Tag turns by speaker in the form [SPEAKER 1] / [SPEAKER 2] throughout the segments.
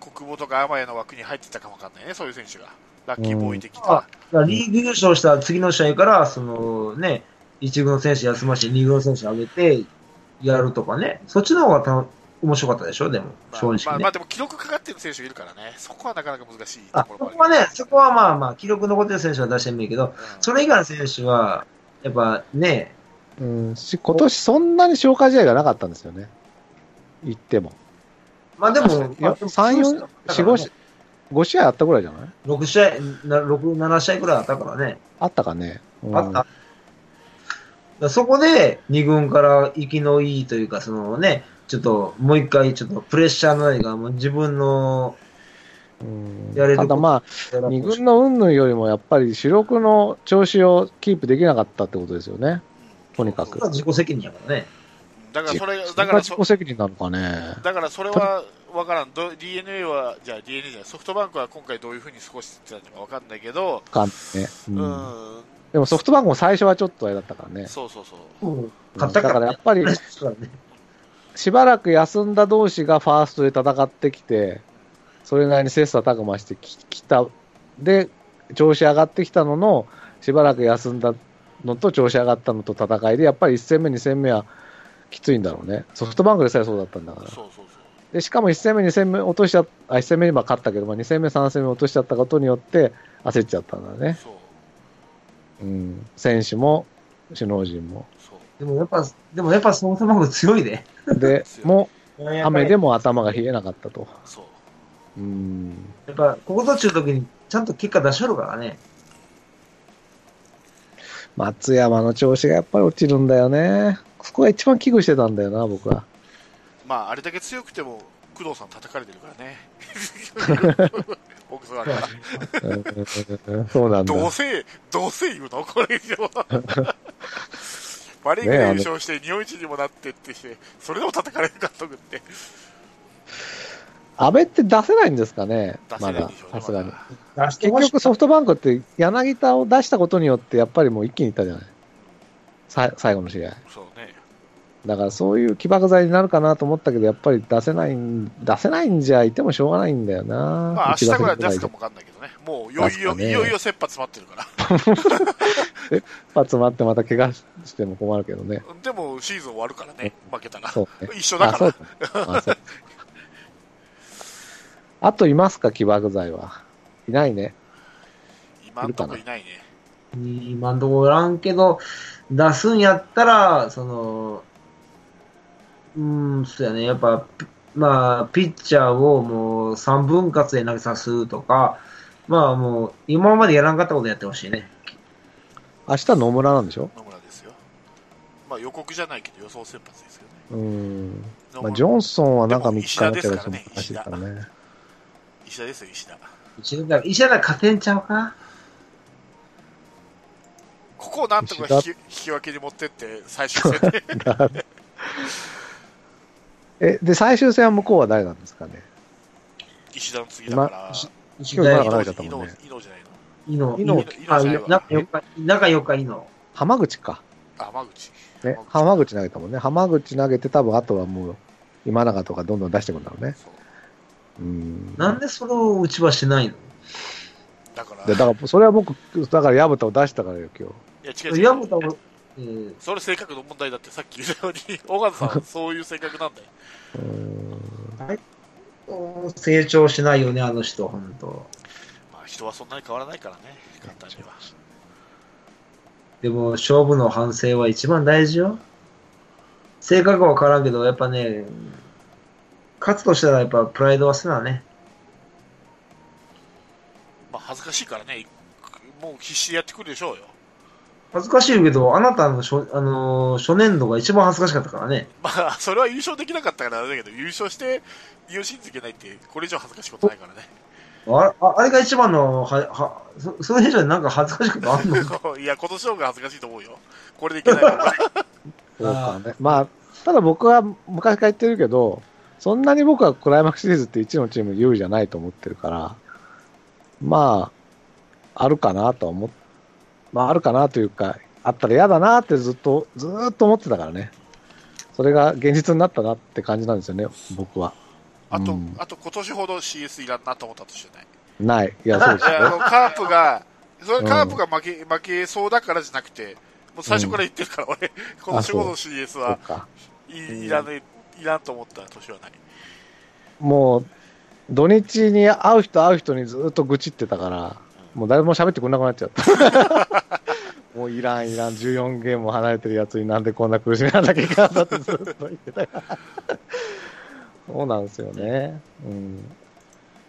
[SPEAKER 1] 久保とか天谷の枠に入ってたかもわかんないね、そういう選手が。ラッキーボーイ的
[SPEAKER 2] あ
[SPEAKER 1] な。
[SPEAKER 2] だからリーグ優勝した次の試合から、そのね、一軍の選手休まして、二軍の選手上げて、やるとかね。そっちの方がた面白かったでしょ、でも、
[SPEAKER 1] まあ、
[SPEAKER 2] 正直ね。
[SPEAKER 1] まあ、まあでも記録かかってる選手いるからね、そこはなかなか難しいと
[SPEAKER 2] あ
[SPEAKER 1] ころ
[SPEAKER 2] そ
[SPEAKER 1] もあ
[SPEAKER 2] こは
[SPEAKER 1] るけど
[SPEAKER 2] ね、そこはまあまあ、記録残ってる選手は出してもいいけど、
[SPEAKER 1] うん
[SPEAKER 2] それ以外の選手は、やっぱね、
[SPEAKER 3] うん、し今年そんなに消化試合がなかったんですよね。言っても。
[SPEAKER 2] まあでも、
[SPEAKER 3] いや、3、4、4、5試合、5試合あったぐらいじゃない
[SPEAKER 2] 6試合、な6、7試合くらいあったからね。
[SPEAKER 3] あったかね。うん
[SPEAKER 2] あった。だからそこで、2軍から生きのいいというか、そのね、ちょっと、もう一回、ちょっとプレッシャーのないが、もう自分の、
[SPEAKER 3] うん
[SPEAKER 2] やれる
[SPEAKER 3] ただま
[SPEAKER 2] や
[SPEAKER 3] あ、
[SPEAKER 2] ら
[SPEAKER 3] 2軍の云々よりもやっぱり主力の調子をキープできなかったってことですよね。とにかく
[SPEAKER 2] それは自己責任やからね。
[SPEAKER 1] だからそれ、
[SPEAKER 3] そ
[SPEAKER 1] だか
[SPEAKER 3] れが
[SPEAKER 1] ら
[SPEAKER 3] 自
[SPEAKER 1] そ
[SPEAKER 3] 己責任なのかね。
[SPEAKER 1] だからそれは分からん、d n a は、じゃあ d n a じゃない、ソフトバンクは今回どういうふうに過ごしてたのか分かんないけど、
[SPEAKER 3] かんね。う。
[SPEAKER 1] うんん、
[SPEAKER 3] でもソフトバンクも最初はちょっとあれだったからね。
[SPEAKER 1] そうそうそう、
[SPEAKER 2] 勝ったか
[SPEAKER 3] だ
[SPEAKER 2] ら、
[SPEAKER 3] からやっぱり
[SPEAKER 2] プレッシャーだからね
[SPEAKER 3] しばらく休んだ同士がファーストで戦ってきて、それなりに切磋琢磨してききた、で、調子上がってきたのの、しばらく休んだのと調子上がったのと戦いで、やっぱり1戦目、2戦目はきついんだろうね。ソフトバンクでさえそうだったんだから。
[SPEAKER 1] そうそうそう、
[SPEAKER 3] で、しかも1戦目、2戦目落としちゃっあ、1戦目には勝ったけど、まあ、2戦目、3戦目落としちゃったことによって焦っちゃったんだね。
[SPEAKER 1] そう、
[SPEAKER 3] うん。選手も、首脳陣も。
[SPEAKER 1] そう、
[SPEAKER 2] でもやっぱ、でもやっぱソフトバンク強いで。
[SPEAKER 3] で、も、雨で
[SPEAKER 2] も。
[SPEAKER 3] も頭が冷えなかったと。
[SPEAKER 1] そう、
[SPEAKER 3] うん。
[SPEAKER 2] やっぱ、ここぞっちゅう時に、ちゃんと結果出しとるからね。
[SPEAKER 3] 松山の調子がやっぱり落ちるんだよね。そこが一番危惧してたんだよな、僕は。
[SPEAKER 1] まあ、あれだけ強くても、工藤さん叩かれてるからね、奥さんから、
[SPEAKER 3] うんそうなんだ。
[SPEAKER 1] どうせ、どうせ言うの、これ以上 はマリーグで優勝して、日本一にもなってってして、それでも叩かれる監督って、
[SPEAKER 3] 安倍って出せないんですかね、
[SPEAKER 1] 出せ
[SPEAKER 3] ま
[SPEAKER 1] ないん
[SPEAKER 3] だ
[SPEAKER 1] でしょ、うね、
[SPEAKER 3] さすがに
[SPEAKER 1] ま。だ
[SPEAKER 2] 出して
[SPEAKER 3] 結
[SPEAKER 2] ほしい
[SPEAKER 3] 局ソフトバンクって柳田を出したことによって、やっぱりもう一気にいったじゃない。さ最後の試合。
[SPEAKER 1] そうね、
[SPEAKER 3] だからそういう起爆剤になるかなと思ったけど、やっぱり出せないん、出せないんじゃいてもしょうがないんだよな。
[SPEAKER 1] まあ、明
[SPEAKER 3] うち
[SPEAKER 1] 日
[SPEAKER 3] 出せ
[SPEAKER 1] ぐらい
[SPEAKER 3] な
[SPEAKER 1] 出す
[SPEAKER 3] い
[SPEAKER 1] か
[SPEAKER 3] で
[SPEAKER 1] もわかんないけどね、もういよいよ、
[SPEAKER 3] 出すかね
[SPEAKER 1] いよいよ切羽詰まってるから。
[SPEAKER 3] 一発待ってまた怪我しても困るけどね。
[SPEAKER 1] でも、シーズン終わるからね、負けたら。
[SPEAKER 3] そうね。
[SPEAKER 1] 一緒だから。
[SPEAKER 3] あそうあそうあといますか、起爆剤は。いないね。
[SPEAKER 1] 今んとこいないね。
[SPEAKER 2] 今んとこおらんけど、出すんやったら、その、うーん、そうやね、やっぱ、ピまあ、ピッチャーをもう3分割で投げさすとか、まあもう、今までやらんかったことやってほしいね。
[SPEAKER 3] 明日野村なんでしょ
[SPEAKER 1] 野村ですよ。まあ予告じゃないけど予想先発ですよね。
[SPEAKER 3] うーん。
[SPEAKER 1] 野
[SPEAKER 3] まあ、
[SPEAKER 1] 村
[SPEAKER 3] ジョンソンはなんか3日
[SPEAKER 1] でも石田ですからね
[SPEAKER 3] らしいからね。
[SPEAKER 1] 石田ですよ、石田。
[SPEAKER 2] 一緒だ、一緒だ、勝てんちゃうか
[SPEAKER 1] ここをなんとか
[SPEAKER 3] 石田
[SPEAKER 1] 引き引き分けに持ってって、最終戦 で。
[SPEAKER 3] え、で、最終戦は向こうは誰なんですかね。
[SPEAKER 1] 石田の次だから。
[SPEAKER 3] 今し
[SPEAKER 2] 石
[SPEAKER 3] 今
[SPEAKER 2] 田
[SPEAKER 3] 今、
[SPEAKER 1] 伊能、
[SPEAKER 3] 今
[SPEAKER 1] 伊能
[SPEAKER 3] ね
[SPEAKER 1] 伊能じゃないの。
[SPEAKER 2] イノ、
[SPEAKER 3] イノ
[SPEAKER 2] あ
[SPEAKER 1] イノ
[SPEAKER 2] 中4日、中4日イノ。
[SPEAKER 3] 浜口か。
[SPEAKER 1] あ、浜口。
[SPEAKER 3] ね、浜口投げたもんね。浜口投げて、多分あとはもう、今永とかどんどん出してくるんだろうね。
[SPEAKER 1] そう
[SPEAKER 3] うーん。
[SPEAKER 2] なんでそれを打ちはしないの
[SPEAKER 1] だから、
[SPEAKER 3] でだから、それは僕、だから、矢蓋を出したからよ、今日。
[SPEAKER 1] いや違う違
[SPEAKER 2] ヤ
[SPEAKER 1] う
[SPEAKER 2] ムタも、えー
[SPEAKER 1] それ性格の問題だってさっき言ったよ うに、尾形さんはそういう性格なんだよ。
[SPEAKER 3] うーん。
[SPEAKER 2] 成長しないよね、あの人、本当。
[SPEAKER 1] まあ人はそんなに変わらないからね、簡単には。
[SPEAKER 2] でも、勝負の反省は一番大事よ。性格は分からんけど、やっぱね、勝つとしたらやっぱプライドはせなね。
[SPEAKER 1] まあ恥ずかしいからね、もう必死でやってくるでしょうよ。
[SPEAKER 2] 恥ずかしいけど、あなたの初,、あのー初年度が一番恥ずかしかったからね。
[SPEAKER 1] まあ、それは優勝できなかったからあれだけど、優勝して、優勝続けないって、これ以上恥ずかしいことないからね。
[SPEAKER 2] あれああれが一番の、ははそそれ以上になんか恥ずかしいことあんの
[SPEAKER 1] いや、今年の方が恥ずかしいと思うよ。これでいけない から。
[SPEAKER 3] そうかね。まあ、ただ僕は昔から言ってるけど、そんなに僕はクライマックスシリーズって1のチーム有利じゃないと思ってるから、まあ、あるかなとは思っ、まああるかなというか、あったら嫌だなってずっと、ずーっと思ってたからね。それが現実になったなって感じなんですよね、僕は。
[SPEAKER 1] あと、
[SPEAKER 3] うん
[SPEAKER 1] あと今年ほど CS いらんなと思ったとしてない。
[SPEAKER 3] ない。いや、そうで す
[SPEAKER 1] いやあ
[SPEAKER 3] よ。
[SPEAKER 1] のカープが、それはカープが負け、負けそうだからじゃなくて、もう最初から言ってるから、俺、今年ほど CS
[SPEAKER 3] そ
[SPEAKER 1] は
[SPEAKER 3] っか。
[SPEAKER 1] いいらね、いらんと思った年はない。
[SPEAKER 3] もう、土日に会う人会う人にずっと愚痴ってたから、もう誰も喋ってくんなくなっちゃった。もういらんいらん、14ゲームも離れてるやつになんでこんな苦しみなんだっけいかんだってずっと言ってたから。そうなんですよね。うん。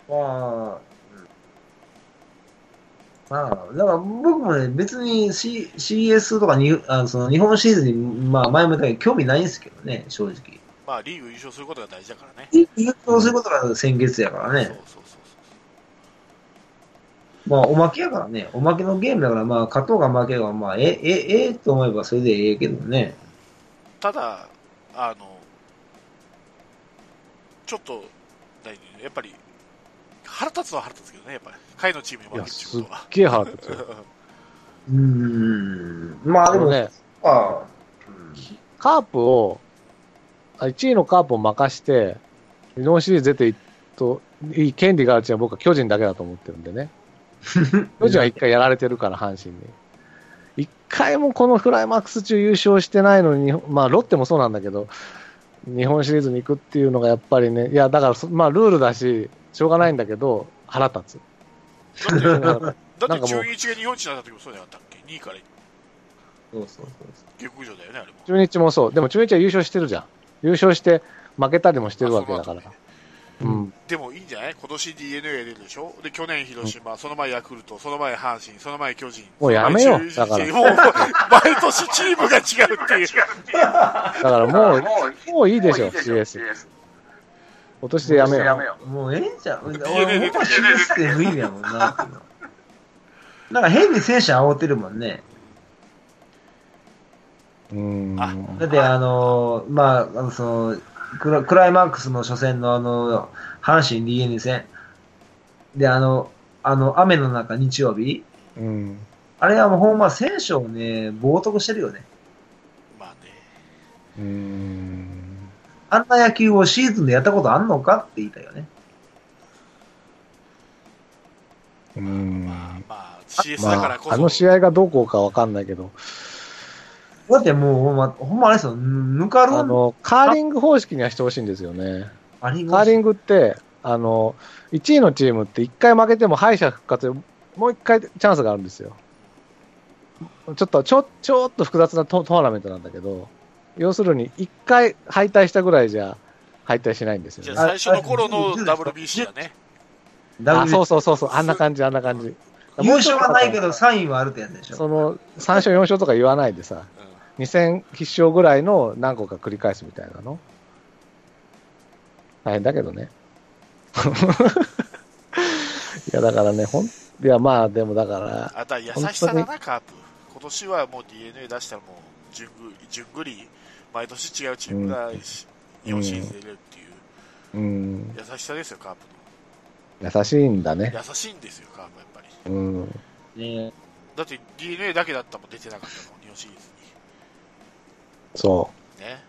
[SPEAKER 2] まあ、まあ、だから僕もね、別に、C、CS とかにあのその日本シリーズに、まあ、前も言ったけど、興味ないんですけどね、正直。
[SPEAKER 1] まあ、リーグ優勝することが大事だからね。
[SPEAKER 2] 優勝することが先月やから
[SPEAKER 1] そう
[SPEAKER 2] ね。
[SPEAKER 1] そうそうそ
[SPEAKER 2] まあ、おまけやからね。おまけのゲームだから、まあ、勝とうが負けようが、まあ、え、え、ええと思えばそれでええけどね。
[SPEAKER 1] う。ただ、あの、ちょっと、何やっぱり、腹立つは腹立つけどね、やっぱり。下位のチームに負ける
[SPEAKER 3] いや、
[SPEAKER 1] っ
[SPEAKER 3] すって
[SPEAKER 1] ことは。
[SPEAKER 3] げえ腹立つよ。
[SPEAKER 2] うーん。まあ、
[SPEAKER 3] あ
[SPEAKER 2] で
[SPEAKER 3] の
[SPEAKER 2] も、ね、
[SPEAKER 3] ね、
[SPEAKER 2] まあ、
[SPEAKER 3] カープを、1位のカープを任して、日本シリーズ出ていっと、いい権利があるチームは僕は巨人だけだと思ってるん でね。巨人は一回やられてるから、阪神に。一回もこのクライマックス中優勝してないのに、まあ、ロッテもそうなんだけど、日本シリーズに行くっていうのがやっぱりね、いや、だからそ、まあ、ルールだし、しょうがないんだけど、腹立つ。
[SPEAKER 1] だって、だ
[SPEAKER 3] な
[SPEAKER 1] っ
[SPEAKER 3] ん
[SPEAKER 1] て
[SPEAKER 3] かもう
[SPEAKER 1] 中日が日本一になった時もそうじゃなかったっけ ?2 位から
[SPEAKER 2] そうそうそうそう。
[SPEAKER 1] 下克上だよね、あれも。
[SPEAKER 3] 中日もそう。でも中日は優勝してるじゃん。優勝して負けたりもしてるわけだから
[SPEAKER 1] あその後。ね
[SPEAKER 3] うん。
[SPEAKER 1] でもいいんじゃない今年 DNA が出るでしょで、去年広島、その前ヤクルト、その前阪神、その前巨人。
[SPEAKER 3] もうやめよう
[SPEAKER 1] その前中日
[SPEAKER 3] だから
[SPEAKER 1] もう、毎年チームが違うっていう。
[SPEAKER 3] だからもう、もういいでしょ、
[SPEAKER 4] いいでしょ
[SPEAKER 3] CS。今年でやめよう。
[SPEAKER 2] もうええんちゃう俺、ほん
[SPEAKER 1] DNA
[SPEAKER 2] ま CS って無意味やもんなっていうのは。なんか変に選手煽ってるもんね。
[SPEAKER 3] うん。
[SPEAKER 1] あ
[SPEAKER 2] だって、あのーまあ、あの、そのクラ、クライマックスの初戦のあの、阪神 DNA 戦。で、あの、あの、雨の中日曜日。
[SPEAKER 3] うん。
[SPEAKER 2] あれはもうほんま選手をね、冒涜してるよね。
[SPEAKER 1] まあね。
[SPEAKER 3] うん。
[SPEAKER 2] あんな野球をシーズンでやったことあんのかって言いたいよね。
[SPEAKER 3] うん。
[SPEAKER 1] まあ、まあ、CS だか
[SPEAKER 3] ま
[SPEAKER 1] ら
[SPEAKER 3] あ
[SPEAKER 1] こ、そ。
[SPEAKER 3] あの試合がどうこうかわかんないけど、
[SPEAKER 2] だってもうほんま、ほんまあれですよ、ぬかるん
[SPEAKER 3] あの、カーリング方式にはしてほしいんですよね。
[SPEAKER 2] あり
[SPEAKER 3] カー
[SPEAKER 2] ま
[SPEAKER 3] リングって、あの、1位のチームって1回負けても敗者復活でもう1回チャンスがあるんですよ。ちょっと、ちょ、ちょっと複雑なトトーナメントなんだけど、要するに1回敗退したぐらいじゃ敗退しないんですよ
[SPEAKER 1] じ
[SPEAKER 3] ね
[SPEAKER 1] ゃ。あ最初の頃の WBC だね。
[SPEAKER 3] あ、そううそうそうそう、あんな感じ、あんな感じ。
[SPEAKER 2] 優勝はないけど、サインはあるってやつでしょ。
[SPEAKER 3] その、3勝4勝とか言わないでさ、
[SPEAKER 1] うん
[SPEAKER 3] 2戦必勝ぐらいの何個か繰り返すみたいなの。大変だけどね。 いや、だからね、ほん、いや、まあ、でもだから、
[SPEAKER 1] あとは優しさだ
[SPEAKER 3] 本当
[SPEAKER 1] な、カープ。今年はもう DNA 出したらもう、順繰り、順繰り、毎年違うチームがし日本シリーズ出れるっていう、
[SPEAKER 3] うん、
[SPEAKER 1] 優しさですよ、カープ
[SPEAKER 3] 優しいんだね。
[SPEAKER 1] の。優しいんですよ、カープ、やっぱり。
[SPEAKER 3] うん。
[SPEAKER 2] ね
[SPEAKER 1] だって DNA だけだったもん出てなかったもん、日本シリーズ
[SPEAKER 3] そ
[SPEAKER 1] に。ね。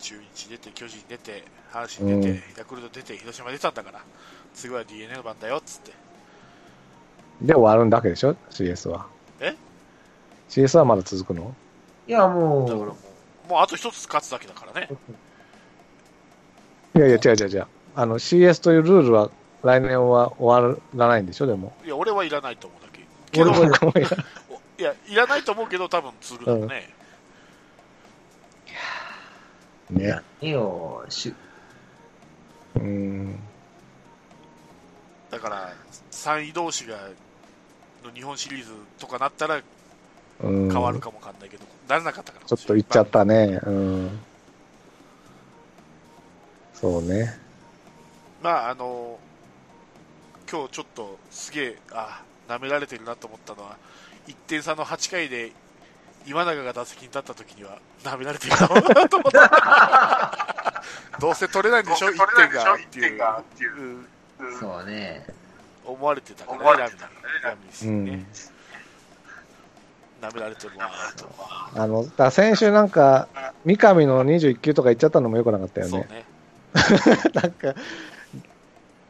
[SPEAKER 1] 中日出て、巨人出て、阪神出て、
[SPEAKER 3] うん
[SPEAKER 1] ヤクルト出て、広島出たんだから、次は DNA の番だよ、っつって。
[SPEAKER 3] う。で、終わるんだけでしょ ?CS は。
[SPEAKER 1] え
[SPEAKER 3] ?CS はまだ続くの
[SPEAKER 2] いや、
[SPEAKER 1] だからも
[SPEAKER 2] も
[SPEAKER 1] う、もうあと一つ勝つだけだからね。
[SPEAKER 3] いやいや、違う違う違う。あの、CS というルールは、来年は終わらないんでしょでも。
[SPEAKER 1] いや、俺はいらないと思うだけ。け
[SPEAKER 3] 俺
[SPEAKER 1] ど、
[SPEAKER 3] もごめん
[SPEAKER 1] おいや、いらないと思うけど、多分するだろうね。
[SPEAKER 3] ね。
[SPEAKER 2] う、いいよ、し
[SPEAKER 3] うん。
[SPEAKER 1] だから、3位同士が、の日本シリーズとかなったら
[SPEAKER 3] 変
[SPEAKER 1] 変わるかもわかんないけど、ならなかったから。
[SPEAKER 3] ちょっと行っちゃったね。うん。そうね。
[SPEAKER 1] まああの今日ちょっとすげえあ舐められてるなと思ったのは1点差の8回で今永が打席に立った時には舐められてるなと思った どうせ取れないんでしょ1点がっていううん
[SPEAKER 2] そうね。
[SPEAKER 1] 思われてたからね
[SPEAKER 4] 思われてた
[SPEAKER 1] ラミラミス
[SPEAKER 3] う
[SPEAKER 1] にね
[SPEAKER 3] ん。
[SPEAKER 1] 舐められてるなと
[SPEAKER 3] あの、だから先週なんか、三上の21球とか行っちゃったのも良くなかったよ
[SPEAKER 1] そう
[SPEAKER 3] ね。
[SPEAKER 1] ね
[SPEAKER 3] なんか、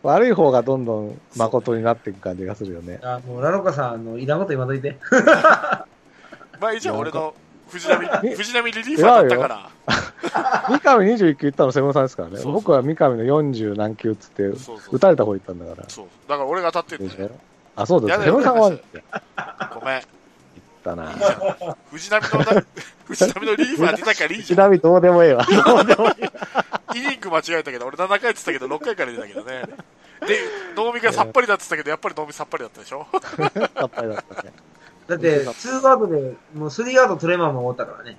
[SPEAKER 3] 悪い方がどんどん誠になっていく感じがするよね。
[SPEAKER 2] あもうラロカさん、あの、いらんこと言わんとい て。
[SPEAKER 1] まあいいじゃん、俺の藤 波、藤波リリーファーだったから。
[SPEAKER 3] 三上21球打ったのセブンさんですからね。
[SPEAKER 1] そうそう
[SPEAKER 3] 僕は三上の40何球っつって、
[SPEAKER 1] そうそう
[SPEAKER 3] 打たれた方行ったんだから。
[SPEAKER 1] そう。だから俺が当たってるん
[SPEAKER 3] でし
[SPEAKER 1] だよ
[SPEAKER 3] ょ。あ、そうです。
[SPEAKER 1] やだ
[SPEAKER 3] セ
[SPEAKER 1] よ
[SPEAKER 3] ブンさんは、行っ
[SPEAKER 1] ごめん。
[SPEAKER 3] たな。
[SPEAKER 1] 藤波のな、 藤波のリリーフ当てたからいいじ
[SPEAKER 3] ち
[SPEAKER 1] ゃん。
[SPEAKER 3] なみにどうでもええわ。
[SPEAKER 1] イニング間違えたけど、俺7回って言ったけど、6回から出たけどね。で、能見がさっぱりだって言ったけど、やっぱり能見さっぱりだったでしょ
[SPEAKER 3] さっぱりだったね。
[SPEAKER 2] だって、ツーアウトで、もうスリーアウト取れまんまおったからね。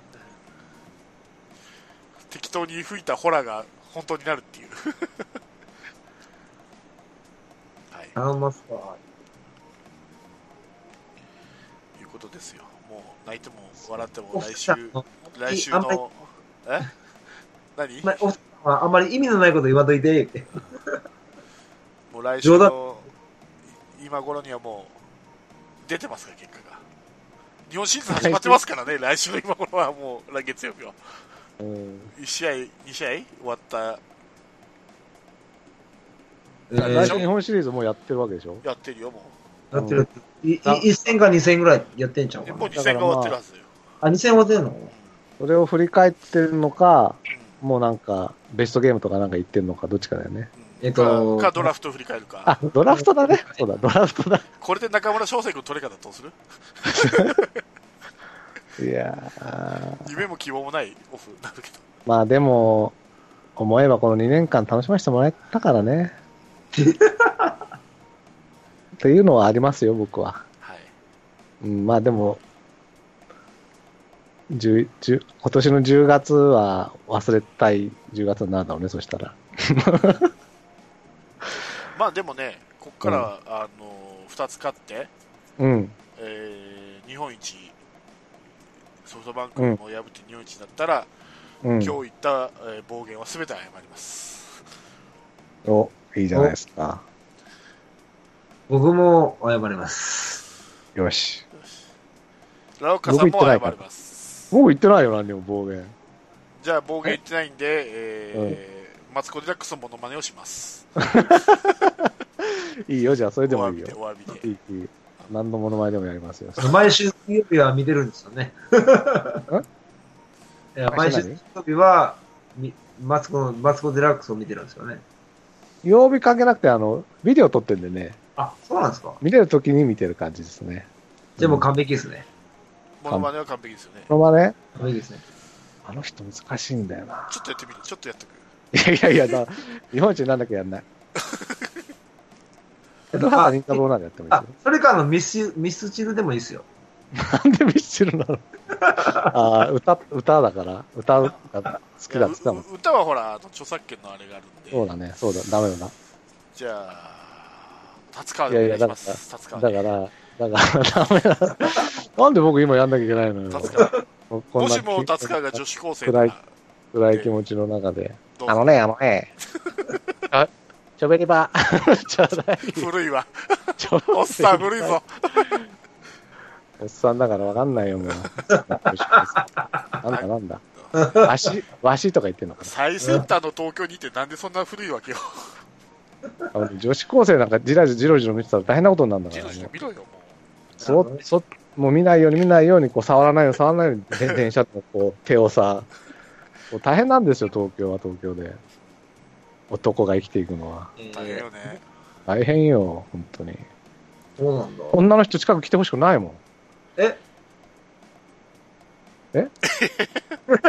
[SPEAKER 1] 適当に吹いたホラーが本当になるっていう。 はい、
[SPEAKER 2] 頼みますか。
[SPEAKER 1] いうことですよ。もう泣いても笑っても
[SPEAKER 2] お
[SPEAKER 1] 来
[SPEAKER 2] 二
[SPEAKER 1] 週
[SPEAKER 2] 人、の
[SPEAKER 1] 来週
[SPEAKER 2] あんまり
[SPEAKER 1] の、え何
[SPEAKER 2] まお二人はあんまり意味のないこと言わんといて、って。
[SPEAKER 1] もう来週
[SPEAKER 2] 冗談
[SPEAKER 1] の今頃にはもう出てますから、結果が。日本シリーズ始まってますからね、来週の今頃はもう来月曜日は。
[SPEAKER 3] うん。
[SPEAKER 1] 1試合、2試合終わった、
[SPEAKER 2] え
[SPEAKER 1] ー
[SPEAKER 3] 来週日本シリーズもうやってるわけでしょ
[SPEAKER 1] やってるよ、も
[SPEAKER 2] やってるやってる。いい1戦か2戦ぐらいやってんちゃう
[SPEAKER 1] う。で
[SPEAKER 2] か
[SPEAKER 1] もう
[SPEAKER 2] な。
[SPEAKER 1] 2戦が終わってるはずよ。
[SPEAKER 2] あ、2戦終わってんの
[SPEAKER 3] それを振り返ってるのか、
[SPEAKER 1] う
[SPEAKER 3] もうなんか、ベストゲームとかなんか言ってるのか、どっちかだよね。
[SPEAKER 1] ん
[SPEAKER 2] えっと
[SPEAKER 1] かかドラフト振り返るか。
[SPEAKER 3] あ、ドラフトだね。そうだ、ドラフトだ。
[SPEAKER 1] これで中村翔成君取れ方どうする
[SPEAKER 3] いやー
[SPEAKER 1] 夢も希望もないオフになるけど。
[SPEAKER 3] まあでも、思えばこの2年間楽しませてもらえたから ね。っていうのはありますよ、僕は。
[SPEAKER 1] はい。
[SPEAKER 3] うん、まあでも、10 10今年の10月は忘れたい10月になるだろうね、そしたら。
[SPEAKER 1] まあでもね、ここから、あの、2つ勝って、
[SPEAKER 3] うん。
[SPEAKER 1] えー日本一、ソフトバンクも破って日本一になったら、
[SPEAKER 3] うん。
[SPEAKER 1] 今日言った、えー暴言は全て謝ります。
[SPEAKER 3] お、いいじゃないですか。
[SPEAKER 2] 僕も謝ります。
[SPEAKER 3] よし。
[SPEAKER 1] ラオッカさんも
[SPEAKER 3] 僕
[SPEAKER 1] 謝
[SPEAKER 3] 言ってないから
[SPEAKER 1] ります。
[SPEAKER 3] 僕言ってないよ、何にも暴言。
[SPEAKER 1] じゃあ暴言言ってないんで、えーマツコ・デラックスのモノマネをします。
[SPEAKER 3] いいよ、じゃあ、それで
[SPEAKER 1] お
[SPEAKER 3] も
[SPEAKER 1] 詫
[SPEAKER 3] いい
[SPEAKER 1] びで、
[SPEAKER 3] よ。
[SPEAKER 1] お詫びで
[SPEAKER 3] い。い、いい。何のもの前でもやりますよ。
[SPEAKER 2] 毎週水曜日は見てるんですよ ね。いや毎週水曜日は、みマツコの、マツコデラックスを見てるんですよね。
[SPEAKER 3] 曜日関係なくて、あの、ビデオ撮ってんでね、
[SPEAKER 2] あ、そうなんですか。
[SPEAKER 3] 見れる時に見てる感じですね。
[SPEAKER 2] じゃあもう
[SPEAKER 3] か、
[SPEAKER 2] 完璧ですね。
[SPEAKER 1] モノマネは完璧ですよね。ちょ
[SPEAKER 3] このまね、
[SPEAKER 2] 完璧ですね。
[SPEAKER 3] あの人難しいんだよな。
[SPEAKER 1] っとやってみる。ちょっとやってくる。
[SPEAKER 3] いやいやいや、だ日本一なんだけやんない。ドハ
[SPEAKER 2] あ
[SPEAKER 3] ーリンカローなんでやってもいい
[SPEAKER 2] あ
[SPEAKER 3] で、
[SPEAKER 2] それかあのミス、ミスチルでもいいですよ。
[SPEAKER 3] すよ。なんでミスチルな のああ、歌、歌だから、歌うが好きだっつってたもん
[SPEAKER 1] い。やう歌はほら、あの著作権のあれがあるんで。
[SPEAKER 3] そうだね、そうだ、ダメだな。
[SPEAKER 1] じゃあ、達川
[SPEAKER 3] い
[SPEAKER 1] で
[SPEAKER 3] や
[SPEAKER 1] お
[SPEAKER 3] い
[SPEAKER 1] 願
[SPEAKER 3] や、
[SPEAKER 1] いし
[SPEAKER 3] だか
[SPEAKER 1] ます。達
[SPEAKER 3] ら、
[SPEAKER 1] 川
[SPEAKER 3] だ
[SPEAKER 1] で。
[SPEAKER 3] から、だから、ダメだ。なんで僕今やんなきゃいけないのよ。
[SPEAKER 1] 達川。
[SPEAKER 3] ここん
[SPEAKER 1] も
[SPEAKER 3] な
[SPEAKER 1] しも達川が女子高生なら、
[SPEAKER 3] 暗い気持ちの中で。
[SPEAKER 1] どう
[SPEAKER 3] あの
[SPEAKER 1] ぞ。
[SPEAKER 3] ね、あの ね。あちょべりば。ちょだい。
[SPEAKER 1] 古いわ。
[SPEAKER 3] ちょ
[SPEAKER 1] おっさん古い ぞ。
[SPEAKER 3] おっさんだからわかんないよ、 もう。なんだなんだ。わし、わしとか言ってんのか
[SPEAKER 1] 最先端の東京にいてなんでそんな古いわけよ。
[SPEAKER 3] な。あの女子高生なんかじらじじろじろ見てたら大変なことになるんだ
[SPEAKER 1] ジロ
[SPEAKER 3] から
[SPEAKER 1] ジロ
[SPEAKER 3] ね。
[SPEAKER 1] 見ろよ、もう。
[SPEAKER 3] そ、そ、もう見ないように見ないように、こう触らないように触らないように、で電車とこう手をさ、こう大変なんですよ、東京は東京で。男が生きていくのは。
[SPEAKER 2] え
[SPEAKER 1] 大変
[SPEAKER 2] ー
[SPEAKER 1] よね。
[SPEAKER 3] 大変よ、本当に。
[SPEAKER 2] そうなんだ。
[SPEAKER 3] 女の人近く来てほしくないもん。
[SPEAKER 2] え